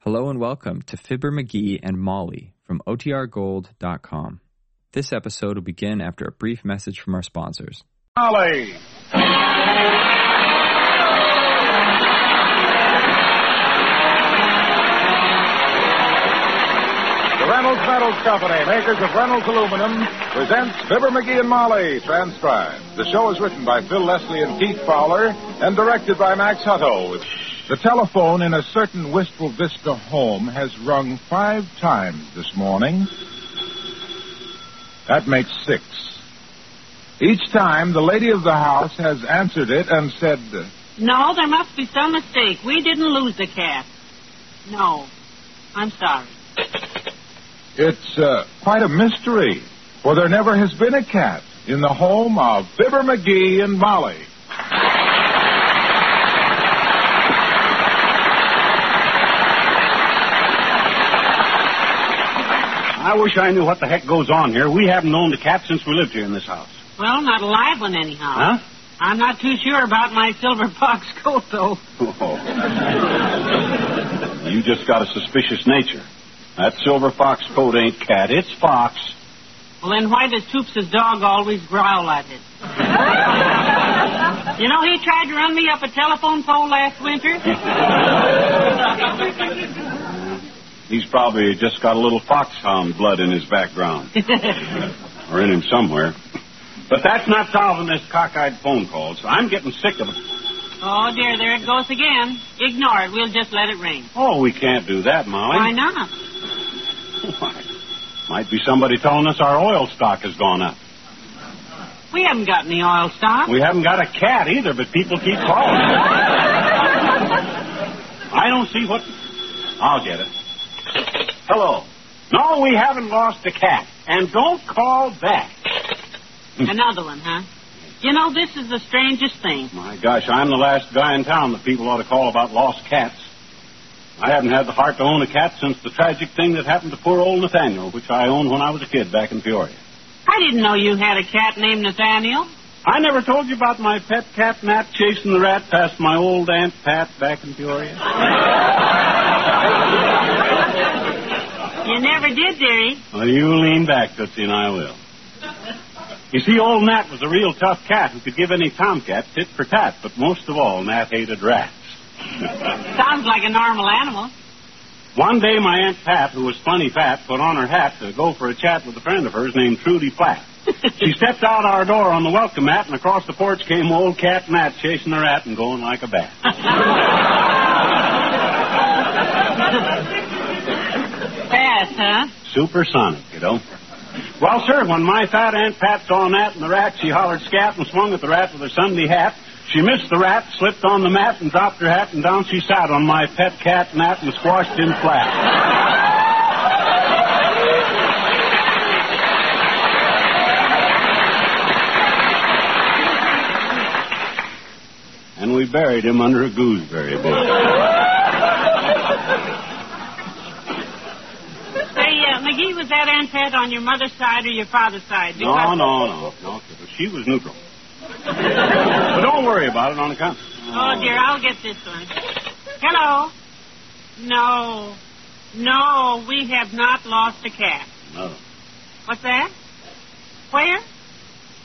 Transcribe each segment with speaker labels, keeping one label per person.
Speaker 1: Hello and welcome to Fibber McGee and Molly from OTRGold.com. This episode will begin after a brief message from our sponsors.
Speaker 2: Molly. The Reynolds Metals Company, makers of Reynolds Aluminum, presents Fibber McGee and Molly, transcribed. The show is written by Phil Leslie and Keith Fowler and directed by Max Hutto. The telephone in a certain Wistful Vista home has rung five times this morning. That makes six. Each time, the lady of the house has answered it and said,
Speaker 3: No, there must be some mistake. We didn't lose the cat. No. I'm sorry.
Speaker 2: It's uh, quite a mystery, for there never has been a cat in the home of Fibber McGee and Molly.
Speaker 4: I wish I knew what the heck goes on here. We haven't owned a cat since we lived here in this house.
Speaker 3: Well, not a live one, anyhow.
Speaker 4: Huh?
Speaker 3: I'm not too sure about my silver fox coat, though.
Speaker 4: you just got a suspicious nature. That silver fox coat ain't cat. It's fox.
Speaker 3: Well, then why does Toops' dog always growl at it? you know, he tried to run me up a telephone pole last winter.
Speaker 4: He's probably just got a little foxhound blood in his background. or in him somewhere. But that's not solving this cockeyed phone calls. I'm getting sick of it.
Speaker 3: oh, dear, there it goes again. Ignore it. We'll just let it ring.
Speaker 4: Oh, we can't do that, Molly.
Speaker 3: Why not?
Speaker 4: Why? Might be somebody telling us our oil stock has gone up.
Speaker 3: We haven't got any oil stock.
Speaker 4: We haven't got a cat either, but people keep calling. I don't see what. I'll get it. Hello. No, we haven't lost a cat. And don't call back.
Speaker 3: Another one, huh? You know, this is the strangest thing.
Speaker 4: My gosh, I'm the last guy in town that people ought to call about lost cats. I haven't had the heart to own a cat since the tragic thing that happened to poor old Nathaniel, which I owned when I was a kid back in Peoria.
Speaker 3: I didn't know you had a cat named Nathaniel.
Speaker 4: I never told you about my pet cat Nat chasing the rat past my old Aunt Pat back in Peoria.
Speaker 3: You never did, dearie.
Speaker 4: Well, you lean back, Tootsie, and I will. You see, old Nat was a real tough cat who could give any tomcat tit for tat, but most of all, Nat hated rats.
Speaker 3: Sounds like a normal animal.
Speaker 4: One day, my Aunt Pat, who was plenty fat, put on her hat to go for a chat with a friend of hers named Trudy Platt. She stepped out our door on the welcome mat, and across the porch came old cat Nat chasing the rat and going like a bat.
Speaker 3: Fast, huh?
Speaker 4: Supersonic, you know. Well, sir, when my fat Aunt Pat saw Nat and the rat, she hollered scat and swung at the rat with her Sunday hat. She missed the rat, slipped on the mat, and dropped her hat, and down she sat on my pet cat Nat and squashed him flat. And we buried him under a gooseberry bush.
Speaker 3: Say, uh, McGee, was that Aunt Pat on your mother's side or your father's side?
Speaker 4: No, no, no, no. She was neutral. but don't worry about it on account.
Speaker 3: Oh, dear, I'll get this one. Hello? No. No, we have not lost a cat.
Speaker 4: No.
Speaker 3: What's that? Where?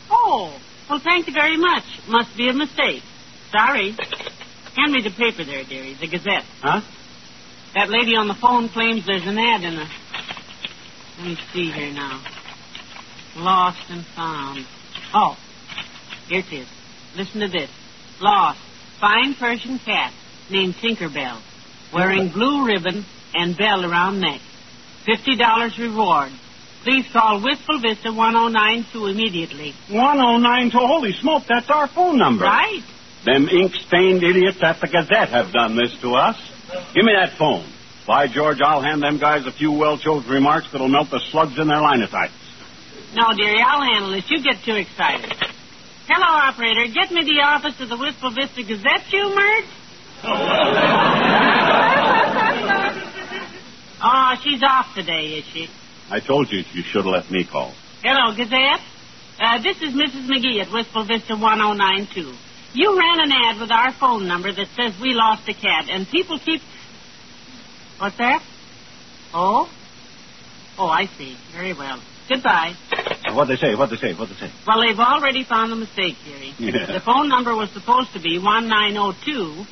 Speaker 3: Oh, well, thank you very much. Must be a mistake. Sorry. Hand me the paper there, dearie, the Gazette.
Speaker 4: Huh?
Speaker 3: That lady on the phone claims there's an ad in a. Let me see here now. Lost and found. Oh, here it is. Listen to this. Lost. Fine Persian cat named Tinkerbell. Wearing blue ribbon and bell around neck. $50 reward. Please call Wistful Vista 1092 immediately.
Speaker 4: 109 to Holy Smoke, that's our phone number.
Speaker 3: Right?
Speaker 4: Them ink stained idiots at the Gazette have done this to us. Give me that phone. By George, I'll hand them guys a few well chosen remarks that'll melt the slugs in their linotypes.
Speaker 3: No, dearie, I'll handle this. You get too excited. Hello, operator. Get me the office of the Wistful Vista Gazette, you merch. oh, she's off today, is she?
Speaker 4: I told you you should have let me call.
Speaker 3: Hello, Gazette. Uh, this is Mrs. McGee at Wistful Vista 1092. You ran an ad with our phone number that says we lost a cat, and people keep. What's that? Oh? Oh, I see. Very well. Goodbye.
Speaker 4: What'd they say? What'd they say? What'd they say?
Speaker 3: Well, they've already found the mistake, Jerry.
Speaker 4: Yeah.
Speaker 3: The phone number was supposed to be 1902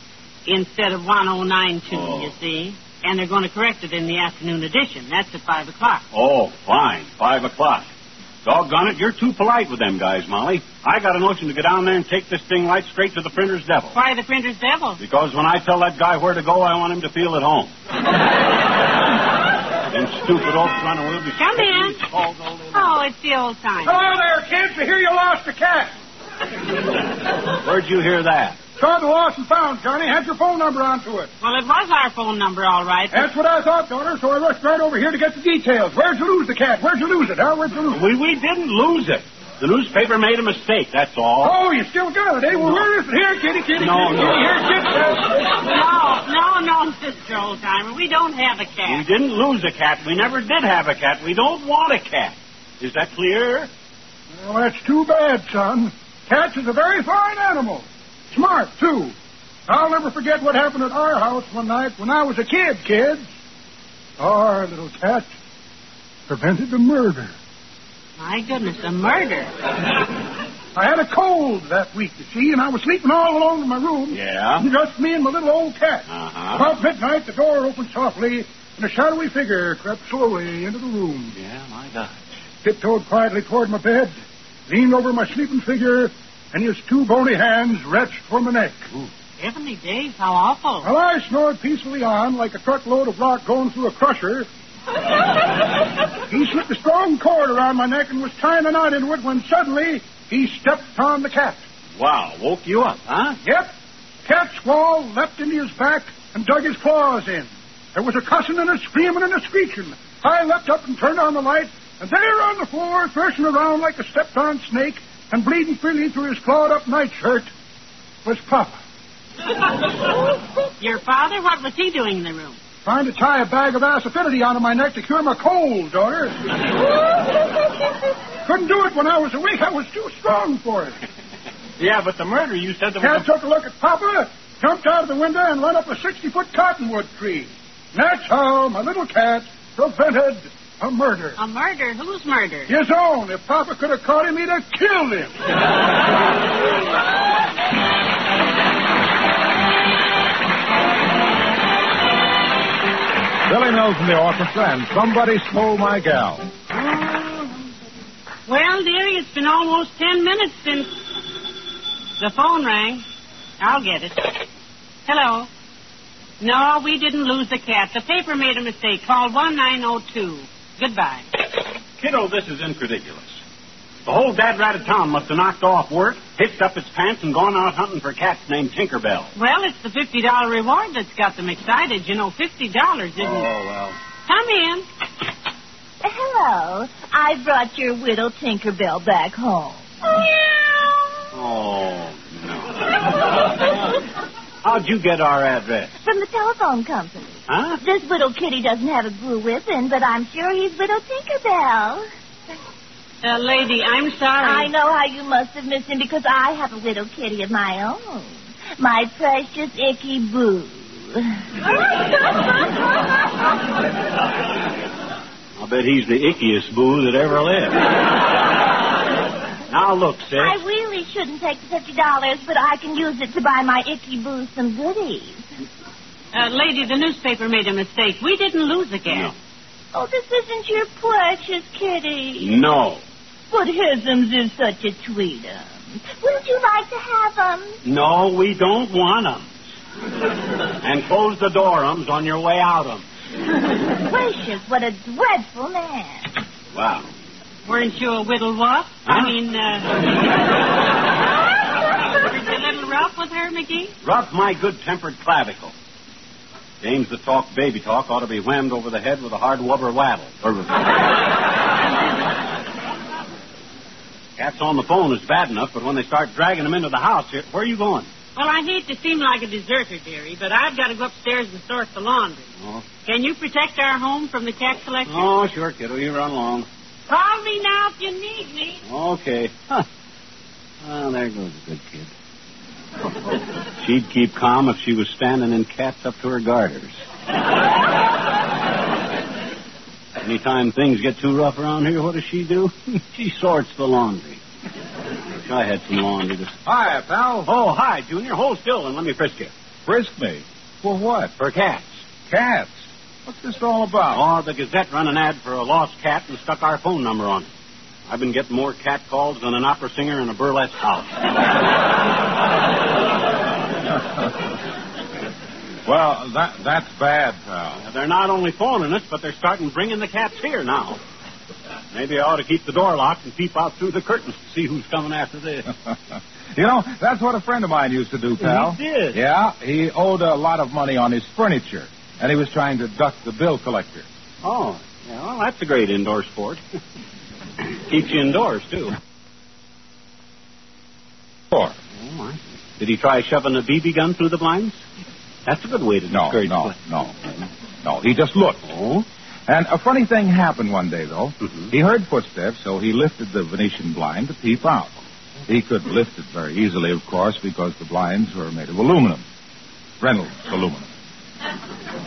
Speaker 3: instead of 1092,
Speaker 4: Oh.
Speaker 3: you see. And they're going to correct it in the afternoon edition. That's at 5 o'clock.
Speaker 4: Oh, fine. Five o'clock. Doggone it, you're too polite with them guys, Molly. I got a notion to go down there and take this thing right straight to the printer's devil.
Speaker 3: Why the printer's devil?
Speaker 4: Because when I tell that guy where to go, I want him to feel at home. Them stupid old son of will be...
Speaker 3: Come in.
Speaker 4: Called all day long.
Speaker 3: Oh, it's the old time.
Speaker 5: Hello there, kids. I hear you lost the cat.
Speaker 4: Where'd you hear that?
Speaker 5: Tried to lost and found, Johnny. Had your phone number onto it.
Speaker 3: Well, it was our phone number, all right.
Speaker 5: That's what I thought, daughter, so I rushed right over here to get the details. Where'd you lose the cat? Where'd you lose it, huh? Where'd you lose it?
Speaker 4: We, we didn't lose it. The newspaper made a mistake, that's all.
Speaker 5: Oh, you still got it, eh? Well, where is it? Here, kitty, kitty,
Speaker 4: No,
Speaker 5: kitty,
Speaker 4: no.
Speaker 5: kitty. Here, kitty.
Speaker 3: No, no, no, Mr. Oldtimer. We don't have a
Speaker 4: We
Speaker 3: cat.
Speaker 4: didn't lose a cat. We never did have a cat. We don't want a cat. Is that clear?
Speaker 5: Well, that's too bad, son. Cats is a very fine animal. Smart, too. I'll never forget what happened at our house one night when I was a kid, kids. Our little cat prevented the murder.
Speaker 3: My goodness, a murder.
Speaker 5: I had a cold that week, you see, and I was sleeping all alone in my room.
Speaker 4: Yeah.
Speaker 5: Just me and my little old cat.
Speaker 4: Uh-huh.
Speaker 5: About midnight, the door opened softly, and a shadowy figure crept slowly into the room.
Speaker 4: Yeah, my God.
Speaker 5: Tiptoed quietly toward my bed, leaned over my sleeping figure, and his two bony hands reached for my neck.
Speaker 3: Heavenly days, how awful.
Speaker 4: Oh.
Speaker 5: Well, I snored peacefully on like a truckload of rock going through a crusher. he slipped a strong cord around my neck and was tying a knot into it when suddenly he stepped on the cat.
Speaker 4: Wow, woke you up, huh?
Speaker 5: Yep. Cat squall leapt into his back and dug his claws in. There was a cussing and a screaming and a screeching. I leapt up and turned on the light, and there on the floor, thrashing around like a stepped on snake and bleeding freely through his clawed up nightshirt, was Papa.
Speaker 3: Your father, what was he doing in the room?
Speaker 5: Trying to tie a bag of acidity onto my neck to cure my cold, daughter. Couldn't do it when I was awake. I was too strong for it.
Speaker 4: Yeah, but the murder you said there
Speaker 5: Cat
Speaker 4: was.
Speaker 5: took a look at Papa, jumped out of the window, and ran up a 60 foot cottonwood tree. And that's how my little cat prevented a murder.
Speaker 3: A murder? Whose murder?
Speaker 5: His own. If Papa could have caught him, he'd have killed him.
Speaker 2: Billy Mills and the Orphans and Somebody Stole My Gal.
Speaker 3: Well, dearie, it's been almost ten minutes since the phone rang. I'll get it. Hello. No, we didn't lose the cat. The paper made a mistake. Call 1902. Goodbye.
Speaker 4: Kiddo, this is incrediculous. The whole dad rat of town must have knocked off work, hitched up its pants, and gone out hunting for cats named Tinkerbell.
Speaker 3: Well, it's the $50 reward that's got them excited. You know, $50 isn't...
Speaker 4: Oh, well.
Speaker 3: Come in.
Speaker 6: Hello. I brought your widow Tinkerbell back home.
Speaker 4: Oh, no. How'd you get our address?
Speaker 6: From the telephone company.
Speaker 4: Huh?
Speaker 6: This little kitty doesn't have a blue with him, but I'm sure he's widow Tinkerbell.
Speaker 3: Uh, lady, I'm sorry.
Speaker 6: I know how you must have missed him because I have a widow kitty of my own. My precious Icky Boo.
Speaker 4: I'll bet he's the ickiest boo that ever lived. now look,
Speaker 6: I
Speaker 4: sis.
Speaker 6: really shouldn't take the fifty dollars, but I can use it to buy my Icky Boo some goodies.
Speaker 3: Uh, lady, the newspaper made a mistake. We didn't lose the cat.
Speaker 6: Oh, this isn't your precious kitty.
Speaker 4: No.
Speaker 6: But Hisms is such a tweeter. Wouldn't you like to have him?
Speaker 4: No, we don't want 'em. and close the door ums on your way out 'em.
Speaker 6: um, Gracious, what a dreadful man.
Speaker 4: Wow.
Speaker 3: Weren't you a whittle what?
Speaker 4: Huh?
Speaker 3: I mean, uh... was you a little rough with her, McGee?
Speaker 4: Rub my good tempered clavicle. Games that talk baby talk ought to be whammed over the head with a hard wubber waddle. Or- Cats on the phone is bad enough, but when they start dragging 'em into the house, here, where are you going?
Speaker 3: Well, I hate to seem like a deserter, dearie, but I've got to go upstairs and sort the laundry.
Speaker 4: Oh,
Speaker 3: Can you protect our home from the cat collection?
Speaker 4: oh sure, kiddo. You run along.
Speaker 3: Call me now if you need me.
Speaker 4: Okay. Huh. Well, there goes a good kid. She'd keep calm if she was standing in cats up to her garters. Anytime things get too rough around here, what does she do? she sorts the laundry. Wish I had some laundry to.
Speaker 2: Hi, pal.
Speaker 4: Oh, hi, Junior. Hold still and let me frisk you.
Speaker 2: Frisk me. For what?
Speaker 4: For cats.
Speaker 2: Cats. What's this all about?
Speaker 4: Oh, the Gazette run an ad for a lost cat and stuck our phone number on it. I've been getting more cat calls than an opera singer in a burlesque house.
Speaker 2: Well, that that's bad, pal.
Speaker 4: Now, they're not only phoning us, but they're starting bringing the cats here now. Maybe I ought to keep the door locked and peep out through the curtains to see who's coming after this.
Speaker 2: you know, that's what a friend of mine used to do, pal.
Speaker 4: He did?
Speaker 2: Yeah, he owed a lot of money on his furniture, and he was trying to duck the bill collector.
Speaker 4: Oh, yeah, well, that's a great indoor sport. Keeps you indoors, too.
Speaker 2: Or
Speaker 4: Oh, my. Did he try shoving a BB gun through the blinds? That's a good way to
Speaker 2: no,
Speaker 4: discourage
Speaker 2: no,
Speaker 4: play.
Speaker 2: no, no. He just looked.
Speaker 4: Oh?
Speaker 2: And a funny thing happened one day, though.
Speaker 4: Mhm.
Speaker 2: He heard footsteps, so he lifted the Venetian blind to peep out. He could lift it very easily, of course, because the blinds were made of aluminum. Reynolds aluminum.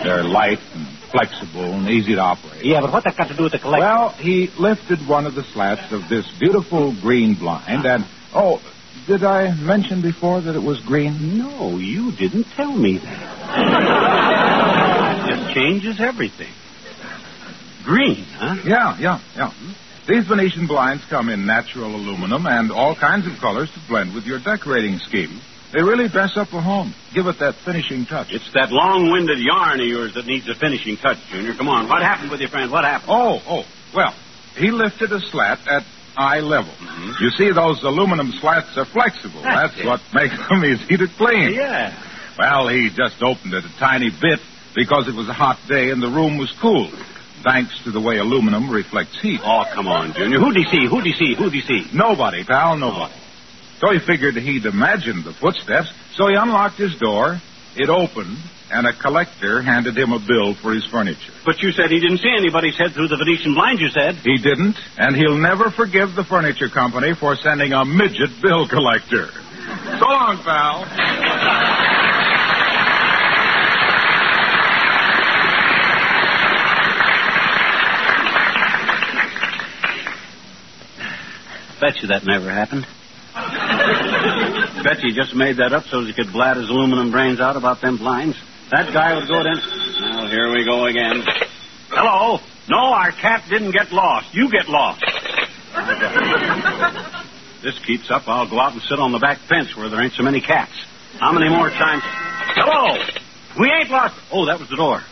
Speaker 2: They're light and flexible and easy to operate.
Speaker 4: Yeah, but what that got to do with the collection?
Speaker 2: Well, he lifted one of the slats of this beautiful green blind, and oh, did I mention before that it was green?
Speaker 4: no, you didn't tell me that. Just changes everything. Green, huh?
Speaker 2: Yeah, yeah, yeah. These Venetian blinds come in natural aluminum and all kinds of colors to blend with your decorating scheme. They really dress up a home, give it that finishing touch.
Speaker 4: It's that long-winded yarn of yours that needs a finishing touch, Junior. Come on, what happened with your friend? What happened?
Speaker 2: Oh, oh. Well, he lifted a slat at eye level.
Speaker 4: Mm-hmm.
Speaker 2: You see, those aluminum slats are flexible.
Speaker 4: That's
Speaker 2: That's,
Speaker 4: it.
Speaker 2: what makes them easy to clean.
Speaker 4: Yeah.
Speaker 2: Well, he just opened it a tiny bit because it was a hot day and the room was cool, thanks to the way aluminum reflects heat.
Speaker 4: Oh, come on, Junior. Who'd he see? Who'd he see? Who'd he see?
Speaker 2: Nobody, pal, nobody.
Speaker 5: Oh.
Speaker 2: So he figured he'd imagined the footsteps, so he unlocked his door, it opened, and a collector handed him a bill for his furniture.
Speaker 4: But you said he didn't see anybody's head through the Venetian blind, you said.
Speaker 2: He didn't, and he'll never forgive the furniture company for sending a midget bill collector. So long, pal.
Speaker 4: Bet you that never happened. Bet you just made that up so he could blat his aluminum brains out about them blinds. That guy would go then. Well, here we go again. Hello. No, our cat didn't get lost. You get lost. this keeps up, I'll go out and sit on the back fence where there ain't so many cats. How many more times? Hello. We ain't lost. Oh, that was the door.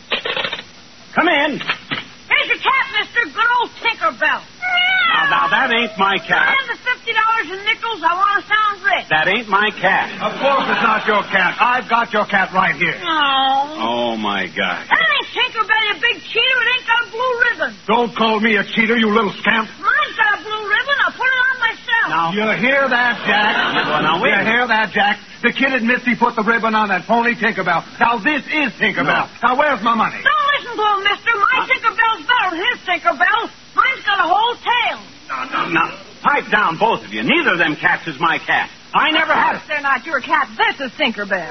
Speaker 4: Come in.
Speaker 3: Here's your cat, mister. Good old Tinkerbell.
Speaker 4: Now, now that ain't my cat.
Speaker 3: And the fifty dollars in nickels. I want to sound rich.
Speaker 4: That ain't my cat.
Speaker 5: Of course it's not your cat. I've got your cat right here.
Speaker 3: No.
Speaker 4: Oh my God.
Speaker 3: That ain't Tinkerbell, you big cheater. It ain't got a blue ribbon.
Speaker 5: Don't call me a cheater, you little scamp.
Speaker 3: Mine's got a blue ribbon. I put it on myself.
Speaker 4: Now,
Speaker 5: You hear that, Jack?
Speaker 4: Well, now, wait a
Speaker 5: you
Speaker 4: minute.
Speaker 5: hear that, Jack? The kid admits he put the ribbon on that phony Tinkerbell. Now, this is Tinkerbell. Now, where's my money?
Speaker 3: Don't listen to him, mister. My Tinkerbell's better than his Tinkerbell. Mine's got a whole tail.
Speaker 4: now, now, now, pipe down, both of you. Neither of them cats is my cat. I never had it.
Speaker 7: They're not your cat. This is Tinkerbell.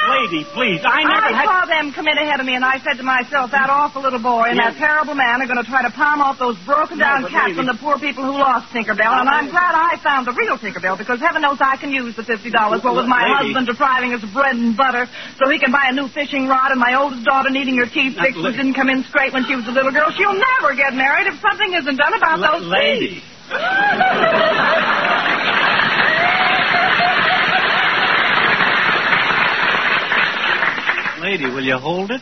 Speaker 4: Lady, please, I never
Speaker 7: I
Speaker 4: had.
Speaker 7: saw them come in ahead of me, and I said to myself, that awful little boy and
Speaker 4: Yeah.
Speaker 7: that terrible man are going to try to palm off those broken down
Speaker 4: No, but
Speaker 7: cats
Speaker 4: maybe-
Speaker 7: from the poor people who lost Tinkerbell. And I'm glad I found the real Tinkerbell because heaven knows I can use the $50 what was my
Speaker 4: Lady.
Speaker 7: husband depriving us of bread and butter so he can buy a new fishing rod and my oldest daughter needing her teeth
Speaker 4: Now,
Speaker 7: fixed
Speaker 4: lady.
Speaker 7: which didn't come in straight when she was a little girl. She'll never get married if something isn't done about
Speaker 4: La-
Speaker 7: those teeth.
Speaker 4: lady. Lady, will you hold it?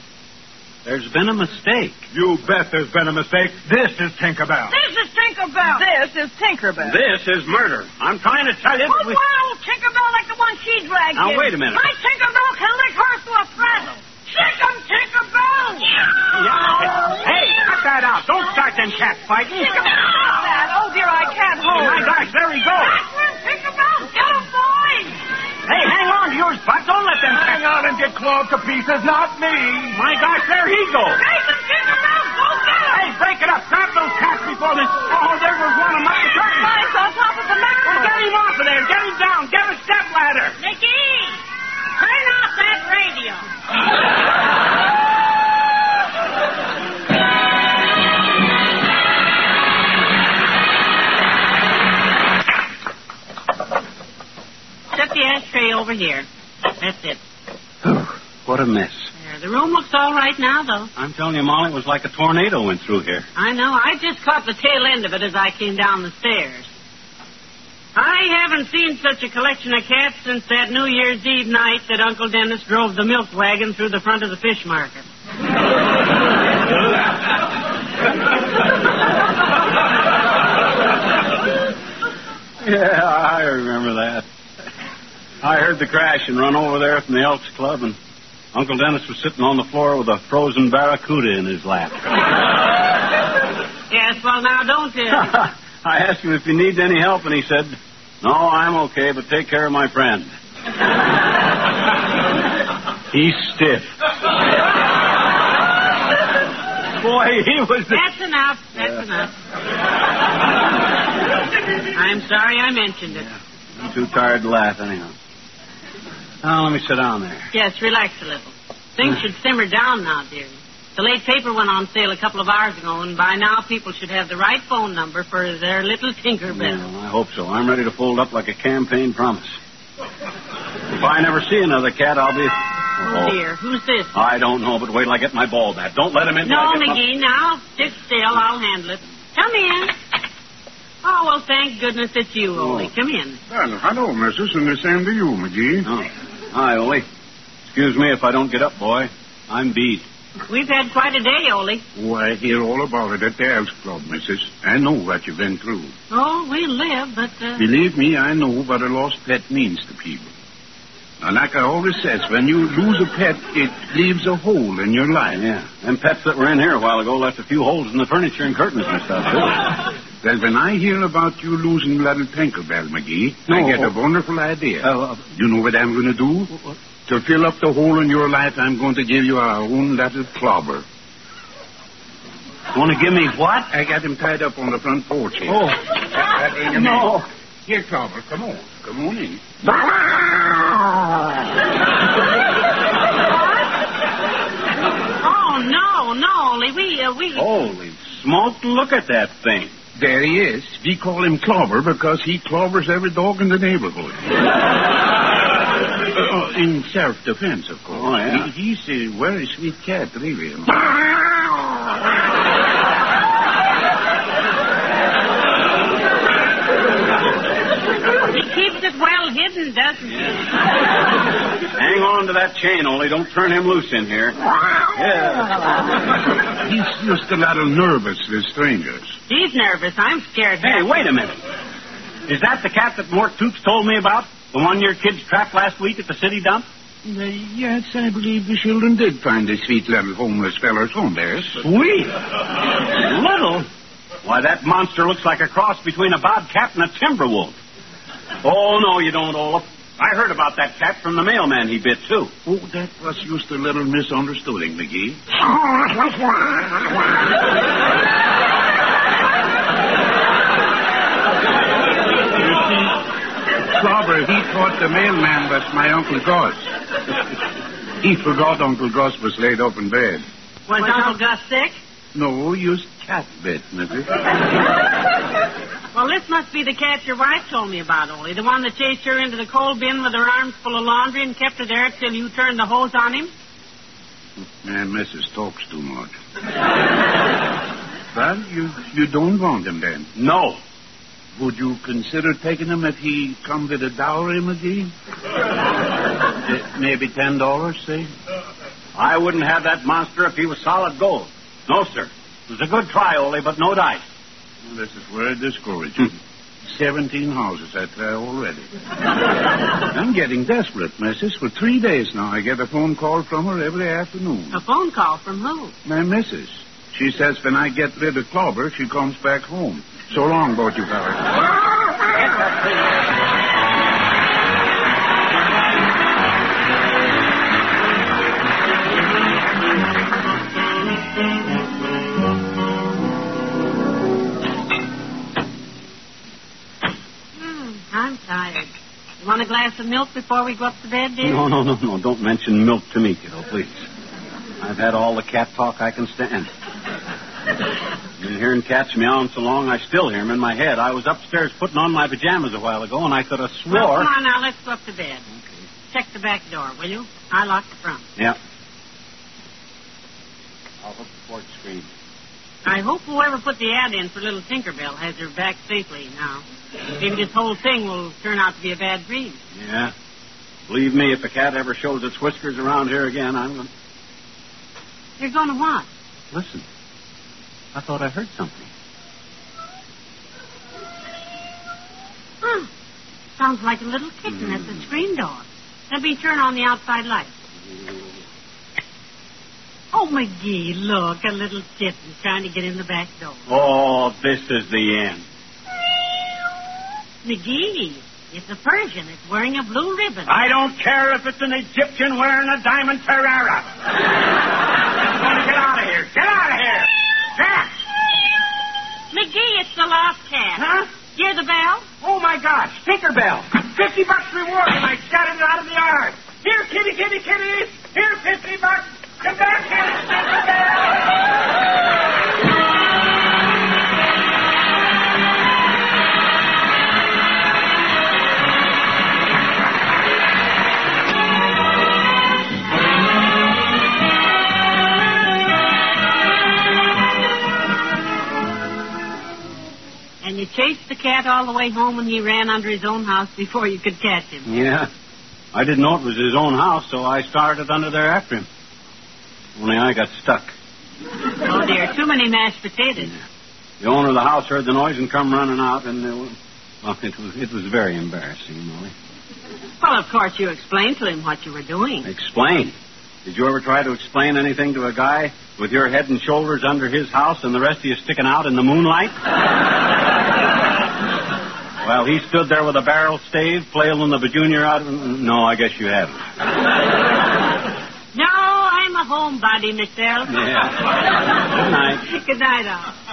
Speaker 4: There's been a mistake.
Speaker 5: You bet there's been a mistake. This is Tinkerbell.
Speaker 3: This is Tinkerbell.
Speaker 7: This is Tinkerbell.
Speaker 4: This is murder. I'm trying to tell you.
Speaker 3: Oh,
Speaker 4: we-
Speaker 3: wow, Tinkerbell like the one she dragged
Speaker 4: Now,
Speaker 3: in.
Speaker 4: wait a minute.
Speaker 3: My Tinkerbell can lick her through a throttle. Shake 'em, Tinkerbell!
Speaker 4: Yeah. Hey, cut that out. Don't start them cat fighting.
Speaker 7: Stop that. Oh, dear, I can't hold
Speaker 4: my
Speaker 7: it.
Speaker 4: gosh, there he goes.
Speaker 3: Backward, Tinkerbell! Get 'em, boys!
Speaker 4: Hey, hang on to yours, Buck. Don't let them hang on and get clawed to pieces. Not me. My gosh, there he goes.
Speaker 3: Take 'em, Tinkerbell! Go get 'em!
Speaker 4: Hey, break it up. Grab those cats before this. Oh, there was one of mine.
Speaker 7: Mine's on top of the mackerel.
Speaker 4: Get him off of there. Get him down. Get a step ladder.
Speaker 3: Nicky! Turn off that radio! tray over here. That's it.
Speaker 4: what a mess.
Speaker 3: There, the room looks all right now, though.
Speaker 4: I'm telling you, Molly, it was like a tornado went through here.
Speaker 3: I know. I just caught the tail end of it as I came down the stairs. I haven't seen such a collection of cats since that New Year's Eve night that Uncle Dennis drove the milk wagon through the front of the fish market.
Speaker 4: Yeah, I remember that. I heard the crash and run over there from the Elks Club, and Uncle Dennis was sitting on the floor with a frozen barracuda in his lap.
Speaker 3: Yes, well, now don't uh, you?
Speaker 4: I asked him if he needed any help, and he said, No, I'm okay, but take care of my friend. He's stiff. Boy, he was the.
Speaker 3: That's enough. That's enough. I'm sorry I mentioned it.
Speaker 4: I'm too tired to laugh, anyhow. Now, let me sit down there.
Speaker 3: Yes, relax a little. Things should simmer down now, dear. The late paper went on sale a couple of hours ago, and by now people should have the right phone number for their little Tinkerbell.
Speaker 4: Well, I hope so. I'm ready to fold up like a campaign promise. If I never see another cat, I'll be.
Speaker 3: Oh, dear. Who's this?
Speaker 4: I don't know, but wait till I get my ball back. Don't let him in. till
Speaker 3: no,
Speaker 4: I get my-
Speaker 3: McGee, now sit still. I'll handle it. Come in. Oh, well, thank goodness it's you, Ole. Come in.
Speaker 2: Well, hello, missus, and the same to you, McGee.
Speaker 4: Oh. Hi, Ole. Excuse me if I don't get up, boy. I'm beat.
Speaker 3: We've had quite a day, Ole.
Speaker 2: Oh, I hear all about it at the Elks Club, missus. I know what you've been through.
Speaker 3: Oh, we live, but, uh...
Speaker 2: Believe me, I know what a lost pet means to people. Now, like I always says, when you lose a pet, it leaves a hole in your life.
Speaker 4: Yeah. Them pets that were in here a while ago left a few holes in the furniture and curtains and stuff, too.
Speaker 2: Then when I hear about you losing little Tinkerbell, McGee, I
Speaker 4: No.
Speaker 2: get a wonderful idea.
Speaker 4: Oh, uh,
Speaker 2: you know what I'm going to do? To fill up the hole in your life, I'm going to give you our own little clobber.
Speaker 4: Want to give me what?
Speaker 2: I got him tied up on the front porch here.
Speaker 4: Oh.
Speaker 2: That ain't a
Speaker 4: No.
Speaker 2: man. Here, Clobber, come on. Come on in.
Speaker 3: Oh, no, no, Ole. We, uh, we...
Speaker 4: Holy smoke, look at that thing.
Speaker 2: There he is. We call him Clobber because he clobbers every dog in the neighborhood. Uh, in self-defense, of course.
Speaker 4: Oh, yeah.
Speaker 2: He- he's a very sweet cat, really.
Speaker 3: He keeps it well hidden, doesn't he?
Speaker 4: Hang on to that chain, Ole. Don't turn him loose in here. Yeah.
Speaker 2: He's just a little nervous with strangers.
Speaker 3: He's nervous. I'm scared.
Speaker 4: Hey,
Speaker 3: back.
Speaker 4: wait a minute. Is that the cat that Mort Toops told me about? The one your kids trapped last week at the city dump?
Speaker 2: yes, I believe the children did find the sweet little homeless fellers home there.
Speaker 4: Sweet. Little? Why, that monster looks like a cross between a bobcat and a timber wolf. Oh, no, you don't, Olaf. I heard about that cat from the mailman he bit, too.
Speaker 2: Oh, that was just a little misunderstanding, McGee. you see, Clobber, he thought the mailman was my Uncle Gus. he forgot Uncle Gus was laid up in bed.
Speaker 3: Was Uncle Gus sick?
Speaker 2: No, used cat bit, Mrs.
Speaker 3: Well, this must be the cat your wife told me about, Ole. The one that chased her into the coal bin with her arms full of laundry and kept her there till you turned the hose on him.
Speaker 2: Man, Mrs. talks too much. well, you, you don't want him then.
Speaker 4: No.
Speaker 2: Would you consider taking him if he come with a dowry, McGee? Uh, Maybe ten dollars, say?
Speaker 4: I wouldn't have that monster if he was solid gold. No, sir. It was a good try, Ole, but no dice.
Speaker 2: This is very discouraging. Seventeen houses out there already. I'm getting desperate, Mrs. For three days now, I get a phone call from her every afternoon.
Speaker 3: A phone call from who?
Speaker 2: My Mrs. She says when I get rid of Clobber, she comes back home. So long, both you fellas.
Speaker 3: Hmm, I'm tired. You want a glass of milk before we go up to bed, dear?
Speaker 4: No, no, no, no. Don't mention milk to me, kiddo, please. I've had all the cat talk I can stand. Been hearing cats meowing so long, I still hear 'em in my head. I was upstairs putting on my pajamas a while ago, and I could have
Speaker 3: Well,
Speaker 4: swore.
Speaker 3: come on now, let's go up to bed. Check the back door, will you? I locked the front.
Speaker 4: Yep. I'll hook the porch screen.
Speaker 3: I hope whoever put the ad in for Little Tinkerbell has her back safely now. Maybe this whole thing will turn out to be a bad dream.
Speaker 4: Yeah. Believe me, if a cat ever shows its whiskers around here again, I'm going to...
Speaker 3: You're going to what?
Speaker 4: Listen. I thought I heard something.
Speaker 3: Huh. Sounds like a little kitten at the screen door. Let me turn on the outside light. Oh, McGee, look, a little kitten trying to get in the back door.
Speaker 4: Oh, this is the end.
Speaker 3: McGee, it's a Persian. It's wearing a blue ribbon.
Speaker 4: I don't care if it's an Egyptian wearing a diamond Ferrara. I'm going to get out of here. Get out of here. Jack!
Speaker 3: McGee, it's the lost cat.
Speaker 4: Huh?
Speaker 3: Hear the bell?
Speaker 4: Oh, my gosh. Tinkerbell. Fifty bucks reward, and I got it out of the yard. Here, kitty, kitty, kitty. Here, fifty bucks. Come back here, Tinkerbell.
Speaker 3: And you chased the cat all the way home, and he ran under his own house before you could catch him.
Speaker 4: Yeah. I didn't know it was his own house, so I started under there after him. Only I got stuck.
Speaker 3: Oh, dear, too many mashed potatoes.
Speaker 4: The owner of the house heard the noise and come running out, and it was, well, it was it was very embarrassing, Molly.
Speaker 3: Well, of course, you explained to him what you were doing.
Speaker 4: Explain. Did you ever try to explain anything to a guy with your head and shoulders under his house and the rest of you sticking out in the moonlight? well, he stood there with a barrel stave, flailing the junior out. No, I guess you haven't.
Speaker 3: No, I'm a homebody myself.
Speaker 4: Yeah. Good night.
Speaker 3: Good night, all.